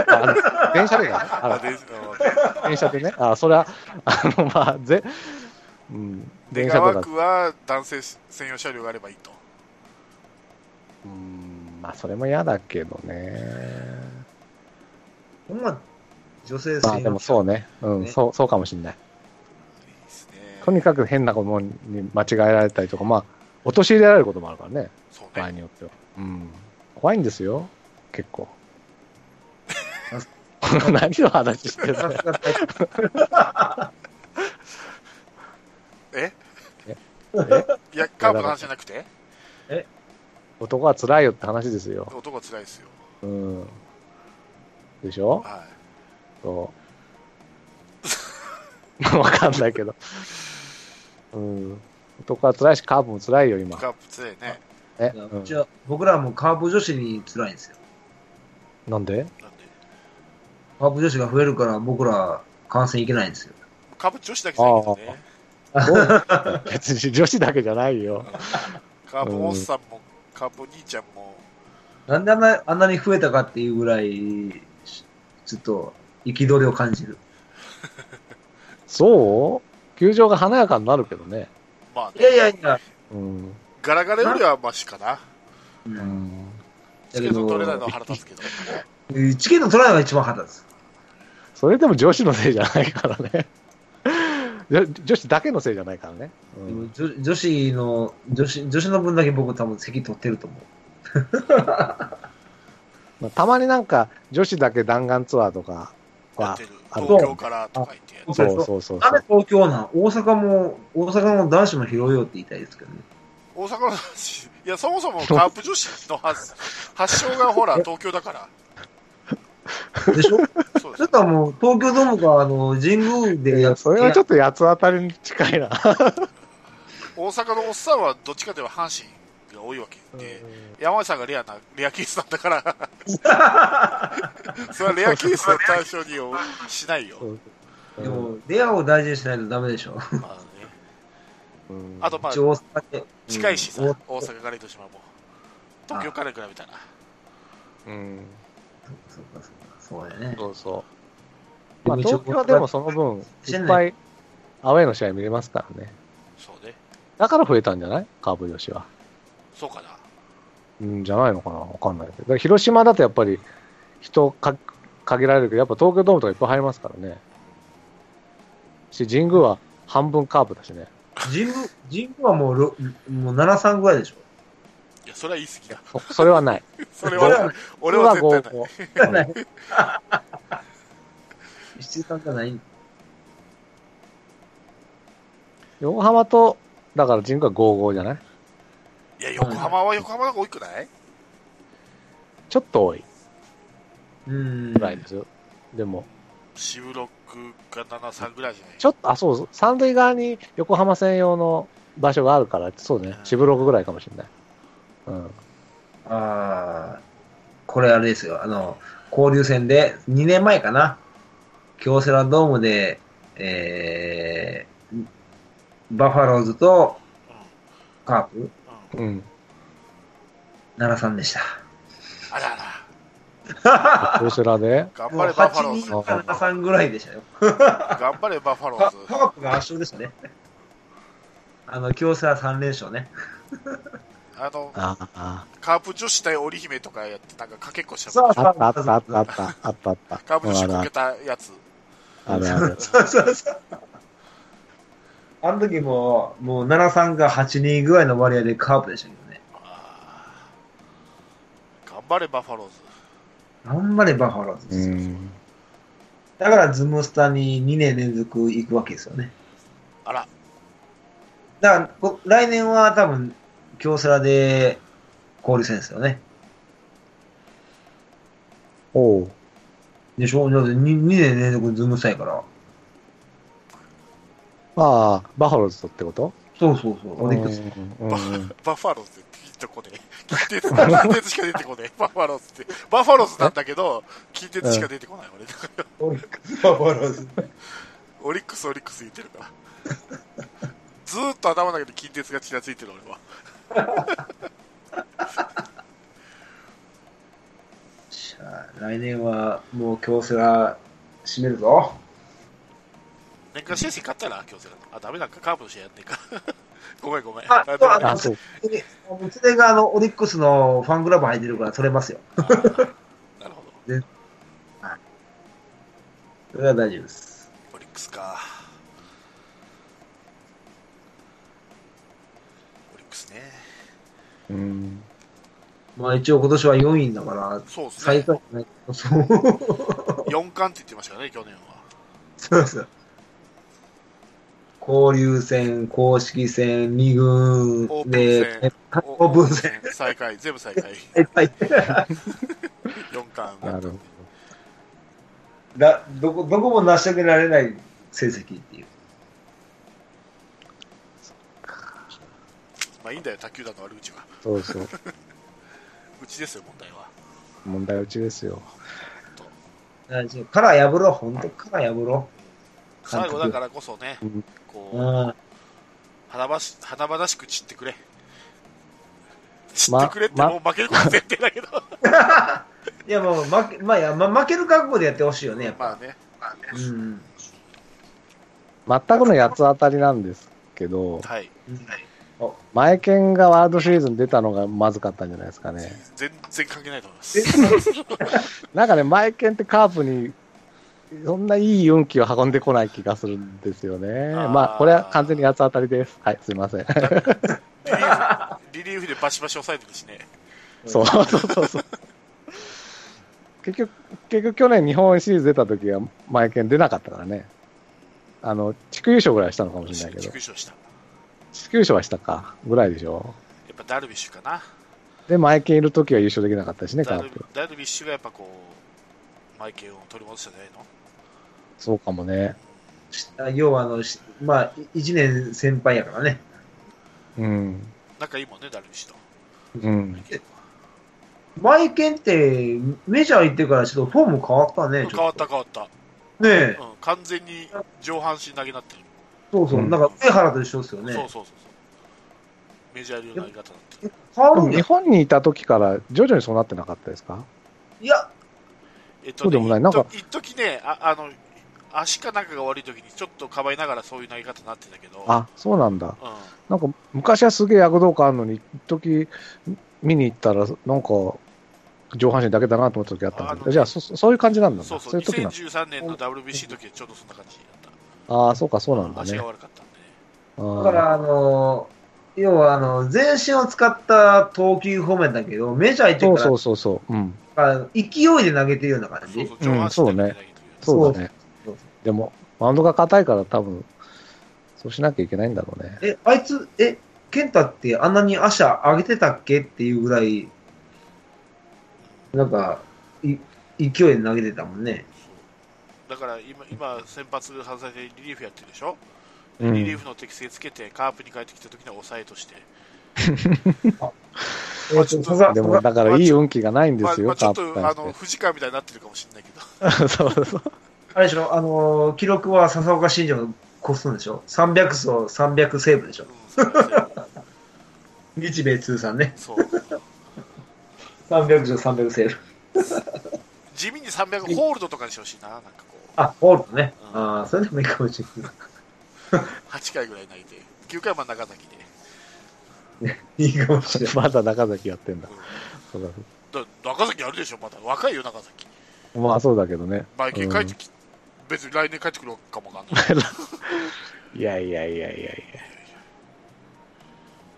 [SPEAKER 3] あの電車でね。あ
[SPEAKER 1] あ
[SPEAKER 3] の
[SPEAKER 1] であの
[SPEAKER 3] 電車でね。あ、それは、あの、まあ、ぜ、うん、
[SPEAKER 1] 出
[SPEAKER 3] 電車
[SPEAKER 1] 川
[SPEAKER 3] とか、
[SPEAKER 1] 区は男性専用車両があればいいと。
[SPEAKER 3] うん、まあ、それも嫌だけどね。
[SPEAKER 2] ほんま、女性
[SPEAKER 3] まあ、でもそうね。うん、
[SPEAKER 2] ね
[SPEAKER 3] そう、そうかもしんない。
[SPEAKER 1] いいです
[SPEAKER 3] と
[SPEAKER 1] ね。
[SPEAKER 3] にかく変なものに間違えられたりとか、まあ、陥れられることもあるからね、
[SPEAKER 1] そう
[SPEAKER 3] 場合
[SPEAKER 1] ね。
[SPEAKER 3] によっては。うん。怖いんですよ、結構。 何の話してんの
[SPEAKER 2] さすが大丈
[SPEAKER 1] え
[SPEAKER 3] え
[SPEAKER 1] いや、カーブの話じゃなくて
[SPEAKER 3] 男は辛いよって話ですよ。
[SPEAKER 1] 男は辛いですよ。
[SPEAKER 3] うん。でしょ
[SPEAKER 1] は
[SPEAKER 3] そう。わかんないけど。うん。男は辛いし、カーブも辛いよ、今。
[SPEAKER 1] カップ強いね。
[SPEAKER 3] え、
[SPEAKER 2] いや
[SPEAKER 3] うん
[SPEAKER 2] じゃあ、僕らはもうカープ女子に辛いんですよ。
[SPEAKER 3] なんで
[SPEAKER 1] なんで、
[SPEAKER 2] カープ女子が増えるから僕ら観戦いけないんですよ。
[SPEAKER 1] カブ女子だけじゃないけどね。
[SPEAKER 3] 別に女子だけじゃないよ。
[SPEAKER 1] カープおっさんも、カープお兄ちゃんも、
[SPEAKER 2] なんであんなあんなに増えたかっていうぐらい、しちょっと、憤りを感じる。
[SPEAKER 3] そう球場が華やかになるけどね。
[SPEAKER 1] まあ
[SPEAKER 2] いや
[SPEAKER 1] ね、
[SPEAKER 2] いやいや、
[SPEAKER 3] うん。
[SPEAKER 1] ガラガラよりはマシかな。
[SPEAKER 2] う、
[SPEAKER 3] うんん。
[SPEAKER 1] チケット取れないのは腹立つけど。
[SPEAKER 2] チケット取らないのが一番腹立つ。
[SPEAKER 3] それでも女子のせいじゃないからね。 女女子だけのせいじゃないからね。う
[SPEAKER 2] でも
[SPEAKER 3] ん、
[SPEAKER 2] 女女子の、女子、女子の分だけ僕多分席取ってると思う。
[SPEAKER 3] まあたまになんか女子だけ弾丸ツアーとか
[SPEAKER 1] やっ
[SPEAKER 3] は
[SPEAKER 1] て、る。
[SPEAKER 3] あ
[SPEAKER 1] 東京からとか言ってやる。
[SPEAKER 3] そうそうそう
[SPEAKER 2] な
[SPEAKER 3] そ
[SPEAKER 2] んで
[SPEAKER 3] う。
[SPEAKER 2] 東京なん大阪も、大阪の男子も拾えよって言いたいですけどね。
[SPEAKER 1] 大阪の話、いや、そもそもカープ女子の発発祥がほら、東京だから。
[SPEAKER 2] でしょ
[SPEAKER 1] そうです
[SPEAKER 2] ちょっともう、東京ドームか、あの、神宮で
[SPEAKER 3] いや、それはちょ
[SPEAKER 2] っ
[SPEAKER 3] っと八つ当たりに近いな。
[SPEAKER 1] 大阪のおっさんはどっちかといえば阪神が多いわけで、山内さんがレアな、レアケースだったから、それはレアケースの対象にしないよ。
[SPEAKER 3] うん
[SPEAKER 2] でも、レアを大事にしないとダメでしょ。
[SPEAKER 1] まあね
[SPEAKER 3] うん
[SPEAKER 1] あと、まあ
[SPEAKER 2] 一、応大阪で。
[SPEAKER 1] 近いしさ、
[SPEAKER 2] うん
[SPEAKER 1] 大阪から糸島も。東京から比べたら。
[SPEAKER 3] うん、
[SPEAKER 2] そうか、そうか、そうだよね。
[SPEAKER 3] そうそう。
[SPEAKER 2] で
[SPEAKER 3] ま
[SPEAKER 2] も
[SPEAKER 3] あ、
[SPEAKER 2] 一応
[SPEAKER 3] 東京はでもその分、いっぱいアウェイの試合見れますからね。
[SPEAKER 1] そうね。
[SPEAKER 3] だから増えたんじゃないカーブ女子は。
[SPEAKER 1] そうかな。
[SPEAKER 3] うん、じゃないのかなわかんないけど。だから広島だとやっぱり人か限られるけど、やっぱ東京ドームとかいっぱい入りますからね。し、神宮は半分カーブだしね。
[SPEAKER 2] 神宮、神宮はもうろ、もう7-3ぐらいでしょ。
[SPEAKER 1] いや、それは言い過ぎだ。
[SPEAKER 3] そそれは ない。
[SPEAKER 1] それ
[SPEAKER 2] それは
[SPEAKER 1] は、俺は絶対ない。
[SPEAKER 3] 絶対ない。
[SPEAKER 2] 七三じゃない
[SPEAKER 3] 横浜と、だから神宮は55じゃない
[SPEAKER 1] いや、横浜は横浜の方が多くない
[SPEAKER 3] ちょっと多い
[SPEAKER 2] うん
[SPEAKER 3] ぐらいですよ。でも、
[SPEAKER 1] 渋6か73ぐらいじゃない
[SPEAKER 3] ちょっと、あ、そうそう、三塁側に横浜専用の場所があるから、そうね、四分六ぐらいかもしれない。うん。
[SPEAKER 2] ああ、これあれですよ。あの、交流戦で、2年前かな。京セラドームで、えー、バファローズとカープ、
[SPEAKER 1] うん
[SPEAKER 3] うん。
[SPEAKER 2] 奈良さんでした。
[SPEAKER 1] あらあら。
[SPEAKER 3] 京セラで、
[SPEAKER 1] 頑
[SPEAKER 2] もう
[SPEAKER 1] 張れバファロ
[SPEAKER 2] 8
[SPEAKER 1] ーズ。
[SPEAKER 2] 人か奈良さんぐらいでしたよ。
[SPEAKER 1] 頑張れバファロー
[SPEAKER 2] カ
[SPEAKER 1] ズ。
[SPEAKER 2] カープが圧勝でしたね。あの、京セラ3連勝ね。
[SPEAKER 1] あの、
[SPEAKER 3] ああ、
[SPEAKER 1] カープ女子対織姫とかやって、なんかかけっこした
[SPEAKER 2] そう
[SPEAKER 1] もん
[SPEAKER 2] そ
[SPEAKER 3] あったあったあったあったあったあった。
[SPEAKER 1] カープ女子こ
[SPEAKER 3] あ
[SPEAKER 1] け
[SPEAKER 3] る
[SPEAKER 1] たやつ。
[SPEAKER 3] あるある。
[SPEAKER 2] そうそうそう。あの時も、もう奈良さんが8人ぐらいの割合でカープでしたけどね。
[SPEAKER 1] あー頑張れバファローズ。
[SPEAKER 2] 頑張れバファローズで す
[SPEAKER 3] う
[SPEAKER 2] よ、
[SPEAKER 3] ん。
[SPEAKER 2] だからズムスタに2年連続行くわけですよね。
[SPEAKER 1] あら、
[SPEAKER 2] だからこ、来年は多分、京セラで交流戦ですよね。
[SPEAKER 3] おう。
[SPEAKER 2] でしょだって 2, 2年連続ズムスタやから。
[SPEAKER 3] まあ、バファローズとってこと
[SPEAKER 2] そうそうそう。オリックス。
[SPEAKER 3] うんうん
[SPEAKER 1] バファローズって聞いてこねえ。 近鉄、近鉄しか出てこねえ。バファローズって。バファローズなんだけど、近鉄しか出てこない。俺、
[SPEAKER 2] オリックス、バファローズ。
[SPEAKER 1] オリックス、オリックス言ってるから。ずーっと頭の中で近鉄がちらついてる俺は。
[SPEAKER 2] じゃあ、来年はもう京セラ締めるぞ。
[SPEAKER 1] 年間試合勝ったら、京セラの。あ、ダメなんか、カープの試合やってんか。 ごめんごめん。
[SPEAKER 2] あ
[SPEAKER 1] なんでもない
[SPEAKER 2] あ
[SPEAKER 3] あ、そう。
[SPEAKER 2] それがあの、オリックスのファンクラブ入ってるから取れますよ。
[SPEAKER 1] あーなるほど。
[SPEAKER 2] それは大丈夫です。
[SPEAKER 1] オリックスか。オリックスね。
[SPEAKER 3] うん。
[SPEAKER 2] まあ一応今年は4位だから、
[SPEAKER 1] そうです
[SPEAKER 2] 最
[SPEAKER 1] ね
[SPEAKER 2] 下。位じゃないそう。
[SPEAKER 1] 4冠って言ってましたよね、去年は。
[SPEAKER 2] そうそう。交流戦、公式戦、二軍
[SPEAKER 1] オープン戦
[SPEAKER 2] で、
[SPEAKER 1] お
[SPEAKER 2] オープ ン戦。。
[SPEAKER 1] 最下位、全部最下位。
[SPEAKER 2] いっぱい。
[SPEAKER 1] 4冠
[SPEAKER 3] なるほど。
[SPEAKER 2] だどこ、どこも成し遂げられない成績っていう。
[SPEAKER 1] まあいいんだよ、他球団の悪口は。
[SPEAKER 3] そうそう。
[SPEAKER 1] うちですよ、問題は。
[SPEAKER 3] 問題うちですよ。
[SPEAKER 2] 大丈夫殻破ろう、本当殻破ろ督
[SPEAKER 1] 最後だからこそね
[SPEAKER 3] うん、
[SPEAKER 2] う。う
[SPEAKER 1] こう、
[SPEAKER 2] ん。
[SPEAKER 1] 華々し華々しく散ってくれ。散っ
[SPEAKER 3] ま
[SPEAKER 1] てくれって、
[SPEAKER 3] ま
[SPEAKER 1] もう負けること前提だ けど。
[SPEAKER 2] いや、もう、負け、まあ、いや、まあ、負ける覚悟でやってほしいよね、やっぱ。
[SPEAKER 1] まあね。
[SPEAKER 2] うん。
[SPEAKER 3] 全くの八つ当たりなんですけど、
[SPEAKER 1] はい。
[SPEAKER 3] 前剣がワールドシリーズに出たのがまずかったんじゃないですかね。
[SPEAKER 1] 全然関係ないと思います。
[SPEAKER 3] なんかね、前剣ってカープに、そんないい運気を運んでこない気がするんですよね。
[SPEAKER 1] あー
[SPEAKER 3] まあ、これは完全に八つ当たりです。はい、すいません。
[SPEAKER 1] リリーフリリーフでバシバシ抑えてるしね。
[SPEAKER 3] そう そうそうそう。結局、結局去年日本シリーズ出た時は前剣出なかったからね。あの、地区優勝ぐらいしたのかもしれないけ
[SPEAKER 1] 地
[SPEAKER 3] ど
[SPEAKER 1] 区優。勝した。や
[SPEAKER 3] 地区優勝はしたか、ぐらいでしょ。
[SPEAKER 1] っぱダルビッシュかな。
[SPEAKER 3] で、前剣いる時は優勝できなかったしね、カ
[SPEAKER 1] ダ
[SPEAKER 3] ー
[SPEAKER 1] ル
[SPEAKER 3] プ。
[SPEAKER 1] ダルビッシュがやっぱこう、マイケルを取り戻したんじゃないの
[SPEAKER 3] そうかもね。
[SPEAKER 2] あ要は、あの、しまあ、い一年先輩やからね。
[SPEAKER 3] うん。
[SPEAKER 1] 仲いいもんね、ダルビッシュと。
[SPEAKER 3] うん。
[SPEAKER 2] マイケンって、メジャー行ってからちょっとフォーム変わったね。
[SPEAKER 1] 変わった変わった。
[SPEAKER 2] ねえ。
[SPEAKER 1] うん、完全に上半身投げになってる。
[SPEAKER 2] そうそう。
[SPEAKER 3] うん
[SPEAKER 2] なんか、上原と一緒です
[SPEAKER 1] そうそ
[SPEAKER 2] よ
[SPEAKER 1] う
[SPEAKER 2] ね。
[SPEAKER 1] そうそう。メジャー流の投げ方になってる。
[SPEAKER 2] 変わ
[SPEAKER 3] で
[SPEAKER 2] る
[SPEAKER 3] も
[SPEAKER 2] ん
[SPEAKER 3] 日
[SPEAKER 2] や。
[SPEAKER 3] 本にいた時から徐々にそうなってなかったですか
[SPEAKER 2] いや、
[SPEAKER 1] えっと
[SPEAKER 3] そうでもないなんか
[SPEAKER 1] 一時ね、ああの、足かなんかが悪い時にちょっとかばいながらそういう投げ方になってたけど、
[SPEAKER 3] あ、そうなんだ。
[SPEAKER 1] うん、
[SPEAKER 3] なんか昔はすげえ躍動感あるのに、一時見に行ったら、なんか上半身だけだなと思った時あったんだけ
[SPEAKER 1] ああの
[SPEAKER 3] ど、じゃあそそそういう感じなんだな。
[SPEAKER 1] そうそう、
[SPEAKER 3] いう時なんだ。
[SPEAKER 1] 2013年の WBC の時はちょうどそんな感じだっ
[SPEAKER 3] ああ、そうか、そうなん
[SPEAKER 1] た。
[SPEAKER 3] だ
[SPEAKER 1] 足
[SPEAKER 3] ね
[SPEAKER 1] が。悪かったんでね。
[SPEAKER 2] だか
[SPEAKER 3] あ
[SPEAKER 2] ら、あの、要は、あの、全身を使った投球方面だけど、メジャー
[SPEAKER 3] あ
[SPEAKER 2] 行
[SPEAKER 3] そう
[SPEAKER 2] ってか
[SPEAKER 3] そ
[SPEAKER 2] ら
[SPEAKER 3] うそうそう。うん。
[SPEAKER 2] あ勢いで投げてるような感
[SPEAKER 1] そう
[SPEAKER 2] じ
[SPEAKER 1] そう、上半身だけで投げてる。
[SPEAKER 3] そうだね
[SPEAKER 2] そうそう。
[SPEAKER 3] でも、マウンドが硬いから多分、そうしなきゃいけないんだろうね。
[SPEAKER 2] え、あいつ、え、健太ってあんなに足上げてたっけっていうぐらい、なんか、い勢いで投げてたもんね。
[SPEAKER 1] だから今、今先発外されてリリーフやってるでしょ、
[SPEAKER 3] うん
[SPEAKER 1] リリーフの適性つけて、カープに帰ってきた時には抑えとして、
[SPEAKER 2] えっと、佐々
[SPEAKER 3] でも、だからいい運気がないんで
[SPEAKER 1] まあ
[SPEAKER 3] す
[SPEAKER 1] ま
[SPEAKER 3] よ、
[SPEAKER 1] あ、ちょ
[SPEAKER 3] カ
[SPEAKER 1] っ
[SPEAKER 3] ー
[SPEAKER 1] と
[SPEAKER 3] プから
[SPEAKER 1] あ
[SPEAKER 3] し
[SPEAKER 1] の
[SPEAKER 3] て。
[SPEAKER 1] 藤川みたいになってるかもしれないけど、
[SPEAKER 3] そうそう。
[SPEAKER 2] あれでしょ、あのー記録は笹岡新庄が越すんでしょ ?300 走、300セーブでしょ
[SPEAKER 1] うん
[SPEAKER 2] 日米通算ね。
[SPEAKER 1] そうそう
[SPEAKER 2] 300勝、300セーブ。
[SPEAKER 1] 地味に300ホールドとかにしてほしいな、なんかこう、
[SPEAKER 2] あ、ホールドね。
[SPEAKER 1] うん
[SPEAKER 2] ああ、それでもいいかもしれな
[SPEAKER 1] 8回ぐらい投げて、9回は中崎で、
[SPEAKER 2] い。いいかもしれな い。
[SPEAKER 3] まだ中崎やってんだ
[SPEAKER 1] う。
[SPEAKER 3] そうだ
[SPEAKER 1] んだ中崎あるでしょ、まだ若いよ、中崎、
[SPEAKER 3] まあそうだけどね。
[SPEAKER 1] 毎回帰ってき、別に来年帰ってくるかもわかんない。
[SPEAKER 3] いやいやいやいやい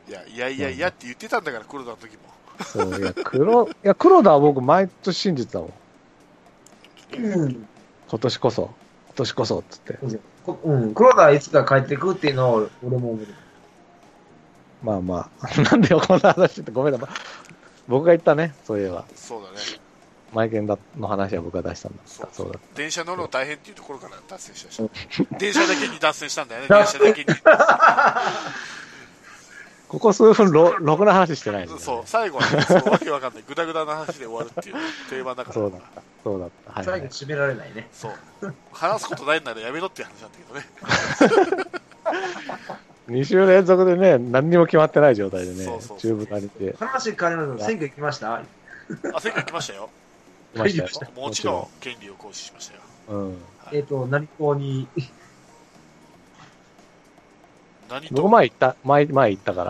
[SPEAKER 1] いやいやいやいやって言ってたんだから、黒田の時も。
[SPEAKER 3] や。そういや、黒、いや、黒田は僕毎年信じてたもん。
[SPEAKER 2] うん。
[SPEAKER 3] 今年こそ、今年こそ、つって。
[SPEAKER 2] こうん、黒田はいつか帰ってくっていうのは俺俺も思う。
[SPEAKER 3] まあまあ、 なんでよ、こんな話ってごめんな。僕が言ったね、そういえば。
[SPEAKER 1] そうだね。
[SPEAKER 3] マイケンだの話は僕が出したんだ。そうそうだ。
[SPEAKER 1] 電車乗るの大変っていうところから脱線しました。電車だけに脱線したんだ よね、電
[SPEAKER 2] だ
[SPEAKER 1] 車だけに。
[SPEAKER 3] ここ数分ろ、ろくな話してないんだよね
[SPEAKER 1] そう、最後はね、そうわけわかんない、ぐだぐだな話で終わるっていう定番だから。
[SPEAKER 3] そうだった。そうだった。はい、は
[SPEAKER 2] 最後
[SPEAKER 3] い。
[SPEAKER 2] 締められないね。
[SPEAKER 1] そう話すことないんならやめろっていう話なんだけどね。
[SPEAKER 3] 2週連続でね、何にも決まってない状態でね、
[SPEAKER 1] そうそう
[SPEAKER 3] 中部なりて
[SPEAKER 2] 話変わりますけど選挙行きました
[SPEAKER 1] あ、選挙来ましたよ。
[SPEAKER 3] きましたよ
[SPEAKER 2] 大丈。
[SPEAKER 1] もちろん、権利を行使しましたよ。
[SPEAKER 3] もちろん。うん。
[SPEAKER 1] はい
[SPEAKER 2] えっ、と、何校に、
[SPEAKER 1] 何と
[SPEAKER 3] 僕前行った、前、前行ったか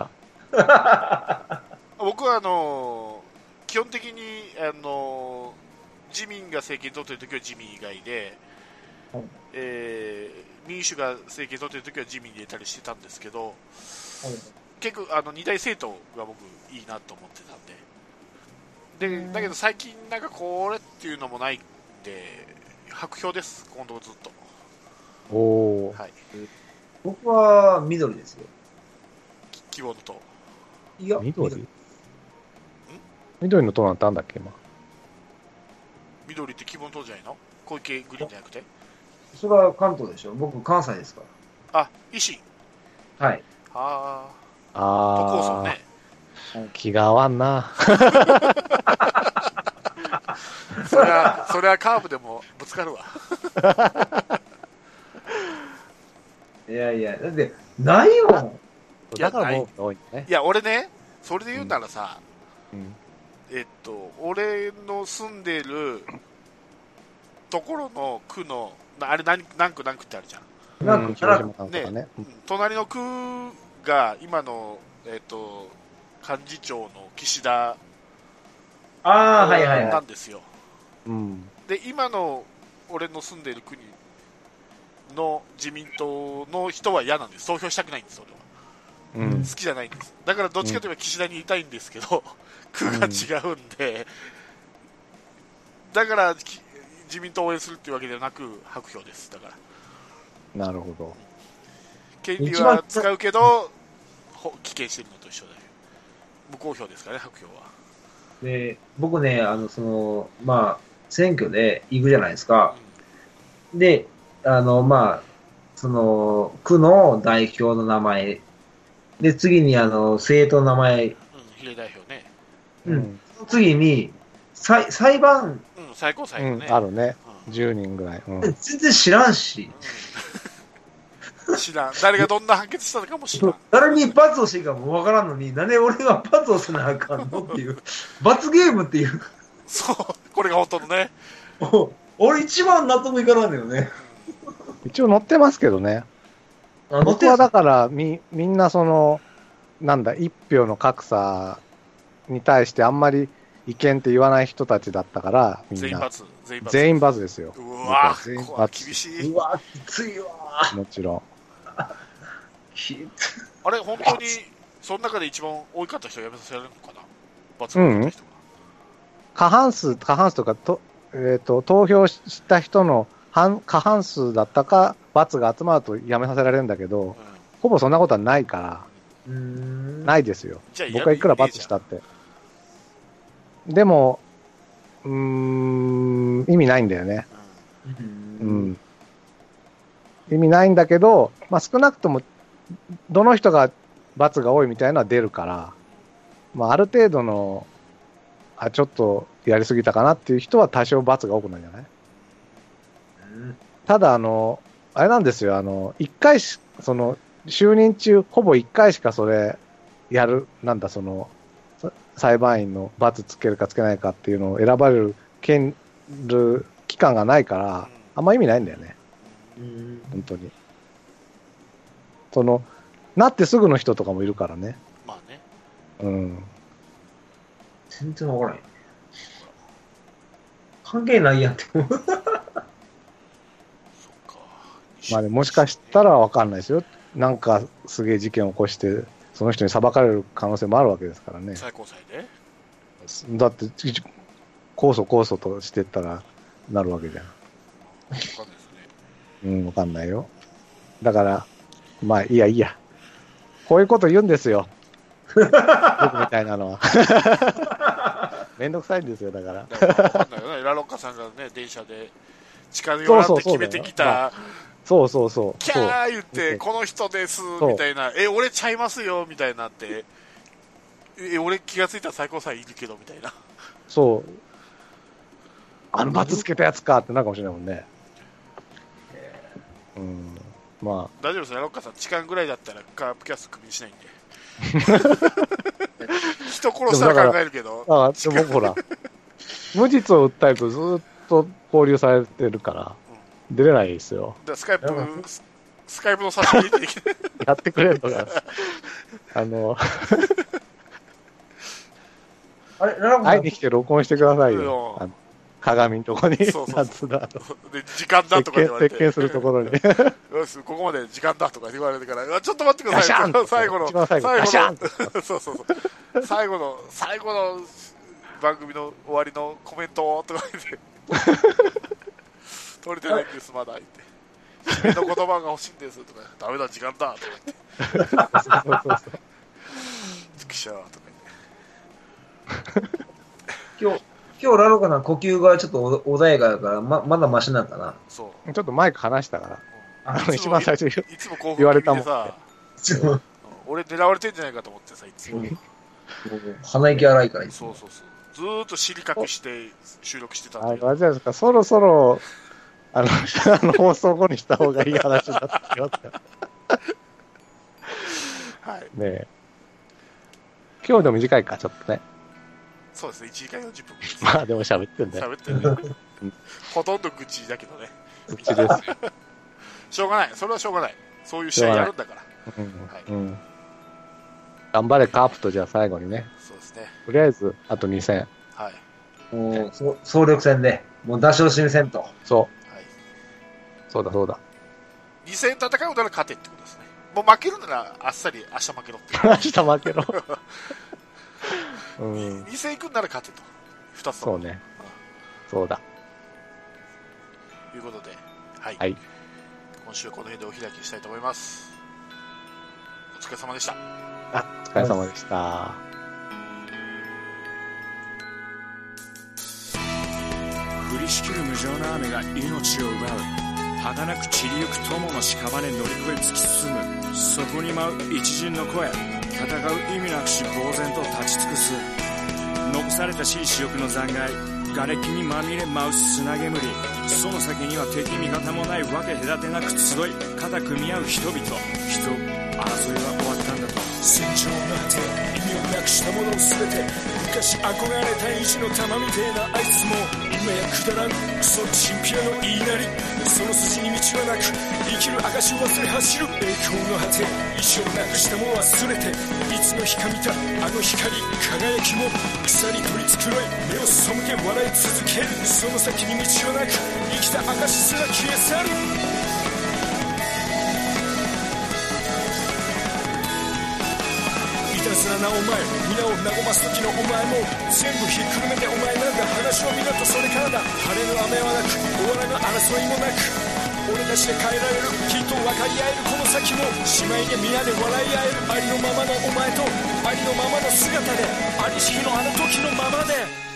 [SPEAKER 3] ら。
[SPEAKER 1] 僕はあのー基本的に、あのー自民が政権取っている時は自民以外で、
[SPEAKER 2] はい
[SPEAKER 1] えー民主が政権取っている時は自民に入れたりしてたんですけど、結構あの二大政党が僕いいなと思ってたんででだけど最近なんかこれっていうのもないんで白票です今度ずっと
[SPEAKER 3] おおー。
[SPEAKER 1] はい
[SPEAKER 2] 僕は緑ですよ。
[SPEAKER 1] き希望の党
[SPEAKER 2] いや、
[SPEAKER 3] 緑緑の塔なんてあんだっけ今。
[SPEAKER 1] 緑って希望の党じゃないの小池グリーンじゃなくて
[SPEAKER 2] それは関東でしょ。僕、関西ですか
[SPEAKER 1] あ維新
[SPEAKER 2] ら。はい。
[SPEAKER 1] ああ都構
[SPEAKER 3] あ
[SPEAKER 1] 想
[SPEAKER 3] あ、
[SPEAKER 1] ね、
[SPEAKER 3] 気が合わんな。
[SPEAKER 1] そりゃ、そりゃカーブでもぶつかるわ。
[SPEAKER 2] いやいや、だって、ないもん。
[SPEAKER 1] いや
[SPEAKER 3] だからもう多いね
[SPEAKER 1] い。や、俺ね、それで言うならさ、
[SPEAKER 3] うん
[SPEAKER 1] えっと、俺の住んでるところの区の、なあれ何、何区何区ってあるじゃん。
[SPEAKER 2] なんか
[SPEAKER 3] うん広島さんとか
[SPEAKER 1] ね
[SPEAKER 3] ね。うん
[SPEAKER 1] 隣の区が今の、えっと、幹事長の岸田
[SPEAKER 2] ああ、はいはい
[SPEAKER 1] な
[SPEAKER 2] は
[SPEAKER 1] んですよ。
[SPEAKER 3] うん。
[SPEAKER 1] で、今の俺の住んでる国の自民党の人は嫌なんです。投票したくないんです、俺は。
[SPEAKER 3] うん
[SPEAKER 1] 好。きじゃないんです。だからどっちかといえば岸田にいたいんですけど、 区が違うんで、だからき自民党を応援するっていうわけではなく、白票です。だから。
[SPEAKER 3] なるほど。
[SPEAKER 1] 権利
[SPEAKER 2] 一番
[SPEAKER 1] は使うけど、ほ棄権してるのと一緒で。無効票ですからね、白票は。
[SPEAKER 2] い。で、僕ね、あの、その、まあ、選挙で行くじゃないですか。で、あの、まあ、その、区の代表の名前、で、次に、あの、政党の名前、
[SPEAKER 1] うん、うん、比例代表ね。
[SPEAKER 2] うん。その次に、裁裁判、
[SPEAKER 1] うん、最高裁
[SPEAKER 3] う
[SPEAKER 1] の
[SPEAKER 3] ん
[SPEAKER 1] ね。。
[SPEAKER 3] あるね。
[SPEAKER 1] うん
[SPEAKER 3] 10人ぐらい。うん。
[SPEAKER 2] 全然知らんし、
[SPEAKER 1] うん知らん。誰がどんな判決したのかも 知らん。
[SPEAKER 2] 誰に罰をしていいかもわからんのに、なんで俺が罰をせなあかん のっていう、罰ゲームっていう、
[SPEAKER 1] そう、これが本当のね。
[SPEAKER 2] もう俺一番納得いかないんだよね。
[SPEAKER 3] 一応載ってますけどね。
[SPEAKER 2] あ
[SPEAKER 3] 僕はだからみ、みんなその、なんだ、一票の格差に対してあんまり意見って言わない人たちだったから、み
[SPEAKER 1] 全
[SPEAKER 3] ん
[SPEAKER 1] 員
[SPEAKER 3] な。
[SPEAKER 1] 罰。全員罰。
[SPEAKER 3] 全員バズですよ。
[SPEAKER 1] うわ
[SPEAKER 3] 全員
[SPEAKER 1] ぁ、こわ
[SPEAKER 3] 罰
[SPEAKER 1] 厳しい。
[SPEAKER 2] うわ、きついわ。
[SPEAKER 3] もちろん。
[SPEAKER 2] き
[SPEAKER 1] あれ、本当に、その中で一番多かった人は辞めさせられるのかな罰が多かった人が。
[SPEAKER 3] 過半数、過半数とか、とえー、と投票した人の半過半数だったか、罰が集まるとやめさせられるんだけど、
[SPEAKER 1] うん
[SPEAKER 3] ほぼそんなことはないから、
[SPEAKER 2] うーん。
[SPEAKER 3] ないですよ。
[SPEAKER 1] じゃあやる
[SPEAKER 3] 僕はいくら罰したって。でも、うーん、意味ないんだよね。う
[SPEAKER 2] う。
[SPEAKER 3] んん。意味ないんだけど、まあ、少なくとも、どの人が罰が多いみたいなのは出るから、まあ、ある程度の、あ、ちょっとやりすぎたかなっていう人は多少罰が多くなるんじゃないただ、あの、あれなんですよ、あの、一回し、その、就任中、ほぼ一回しかそれ、やる、なんだ、その、さ裁判員の罰つけるかつけないかっていうのを選ばれる権、る期間がないから、あんま意味ないんだよね、
[SPEAKER 2] うん。
[SPEAKER 3] 本当に。その、なってすぐの人とかもいるからね。
[SPEAKER 1] まあね。
[SPEAKER 3] うん。
[SPEAKER 2] 全然わからない。関係ないやんって思う。
[SPEAKER 1] そっか。
[SPEAKER 3] まあ、ね、もしかしたらわかんないですよ。なんか、すげえ事件を起こして、その人に裁かれる可能性もあるわけですからね。
[SPEAKER 1] 最高裁で
[SPEAKER 3] だって、控訴控訴としてったらなるわけじゃん。
[SPEAKER 1] わかんないですね。
[SPEAKER 3] うん、わかんないよ。だから、まあ、いいやいいや。こういうこと言うんですよ。僕みたいなのは。 めんどくさいんですよ、だから。
[SPEAKER 1] だからわかんない よね。ラロッカさんがね、電車で近寄らんって決めてきた、
[SPEAKER 3] そうそうそう。
[SPEAKER 1] キ
[SPEAKER 3] そう
[SPEAKER 1] ャー言って、この人です、みたいな、え、俺ちゃいますよ、みたいなって、え、俺気がついたら最高裁いるけど、みたいな。
[SPEAKER 3] そう。あのバツつけたやつかってなるかもしれないもんね。うん。まあ、
[SPEAKER 1] 大丈夫ですね、ラロッカさん、時間ぐらいだったらカープキャストクビにしないんで。 人殺したら考えるけど、
[SPEAKER 3] あでも僕ほら、無実を訴えるとずっと交留されてるから、出れないですよ。
[SPEAKER 1] だからスカイプ
[SPEAKER 2] でも、
[SPEAKER 1] ススカイプの差し入れできない。
[SPEAKER 3] やってくれるの が、あの、
[SPEAKER 2] あれ、ララコさ
[SPEAKER 3] 会い
[SPEAKER 2] ん
[SPEAKER 3] に、来て録音してください
[SPEAKER 1] いい
[SPEAKER 3] よ
[SPEAKER 1] よ。
[SPEAKER 3] あの鏡のとこに、
[SPEAKER 1] そうそうそう
[SPEAKER 3] なんつうんだろう
[SPEAKER 1] で、 時間だと
[SPEAKER 3] 鉄
[SPEAKER 1] か言わ
[SPEAKER 3] 拳
[SPEAKER 1] れ
[SPEAKER 3] 鉄
[SPEAKER 1] て。
[SPEAKER 3] 拳すると ころに。
[SPEAKER 1] よし、ここまで時間だとか言われてから、うわちょっと待ってくだ
[SPEAKER 3] ガシ
[SPEAKER 1] さ
[SPEAKER 3] ャ
[SPEAKER 1] い
[SPEAKER 3] ン。
[SPEAKER 1] 最後の、
[SPEAKER 3] 一番最後ガシャン
[SPEAKER 1] の、 そうそうそう。最後の、最後の番組の終わりのコメントをとか 言って。取れてないんです、まだ。言って。君の言葉が欲しいんですとか、ダメだ、時間だとか言って、
[SPEAKER 3] そうそうそう
[SPEAKER 1] くしゃーとか言って。
[SPEAKER 2] 今日、今日ラロカさん呼吸がちょっとお穏やかだから、ま、まだマシなんかな。
[SPEAKER 1] そう。
[SPEAKER 3] ちょっとマイク離したから、あの、一番最初に
[SPEAKER 1] いつも興奮
[SPEAKER 3] 言われたもん
[SPEAKER 1] 気味でさ
[SPEAKER 2] そう。
[SPEAKER 1] 俺狙われてんじゃないかと思ってさ、いつも。
[SPEAKER 2] 鼻息荒いからいつ
[SPEAKER 1] そ
[SPEAKER 2] も
[SPEAKER 1] うそうそう。ずーっと尻隠して収録してたん
[SPEAKER 3] あ
[SPEAKER 1] だ
[SPEAKER 3] れ
[SPEAKER 1] け、ど。
[SPEAKER 3] あれじゃないですか、そろそろ、あの、 あの放送後にした方がいい話になってきますよ
[SPEAKER 1] はい。
[SPEAKER 3] ねえ。今日でも短いか、ちょっとね。
[SPEAKER 1] そうですね、1時間40分です。
[SPEAKER 3] まあ、でも喋ってんだよ。
[SPEAKER 1] 喋ってるね。ほとんど愚痴だけどね。
[SPEAKER 3] うちです。
[SPEAKER 1] しょうがない。それはしょうがない。そういう試合やるんだから。
[SPEAKER 3] うんうん頑張れ、カープとじゃあ最後にね。
[SPEAKER 1] そうですね。
[SPEAKER 3] とりあえず、あと2戦。
[SPEAKER 1] はい。
[SPEAKER 2] もうそ総力戦で、もう出し惜しみせんと。
[SPEAKER 3] そ
[SPEAKER 1] はい。
[SPEAKER 3] う、そうだ、そうだ。
[SPEAKER 1] 2戦戦うなら勝てってことですね。もう負けるならあっさり明日負けろって。
[SPEAKER 3] 明日負けろ。 うん、
[SPEAKER 1] 2戦行くんなら勝てと。2つと
[SPEAKER 3] そう
[SPEAKER 1] も
[SPEAKER 3] ね。そうだ。
[SPEAKER 1] ということで、はい。
[SPEAKER 3] はい
[SPEAKER 1] 今週はこの辺でお開きしたいと思います。お疲れ様でした。
[SPEAKER 3] あ、お疲れ様でした。
[SPEAKER 4] 降りしきる無情な雨が命を奪う儚く散りゆく友の屍乗り越え突き進むそこに舞う一陣の声戦う意味なくし呆然と立ち尽くす残されたしい死翼の残骸瓦礫にまみれ舞う砂煙その先には敵味方もないわけ隔てなく集い肩組み合う人々人争いは終わったんだと戦場の果て意味をなくしたもの全て昔憧れた意地の玉みてえなあいつも今やくだらんクソチンピラの言いなりその筋に道はなく生きる証を忘れ走る栄光の果て意地をなくしたもの忘れていつの日か見たあの光輝きも草に取り繕い目を背け笑い続けるその先に道はなく生きた証すら消え去るいたずらなお前皆を和ます時のお前も全部ひっくるめてお前なんだ話を見ろとそれからだ晴れの雨はなく終わらぬ争いもなく俺たちで変えられるきっと分かり合えるこの先も姉妹で皆で笑い合えるありのままのお前とありのままの姿でありしきのあの時のままで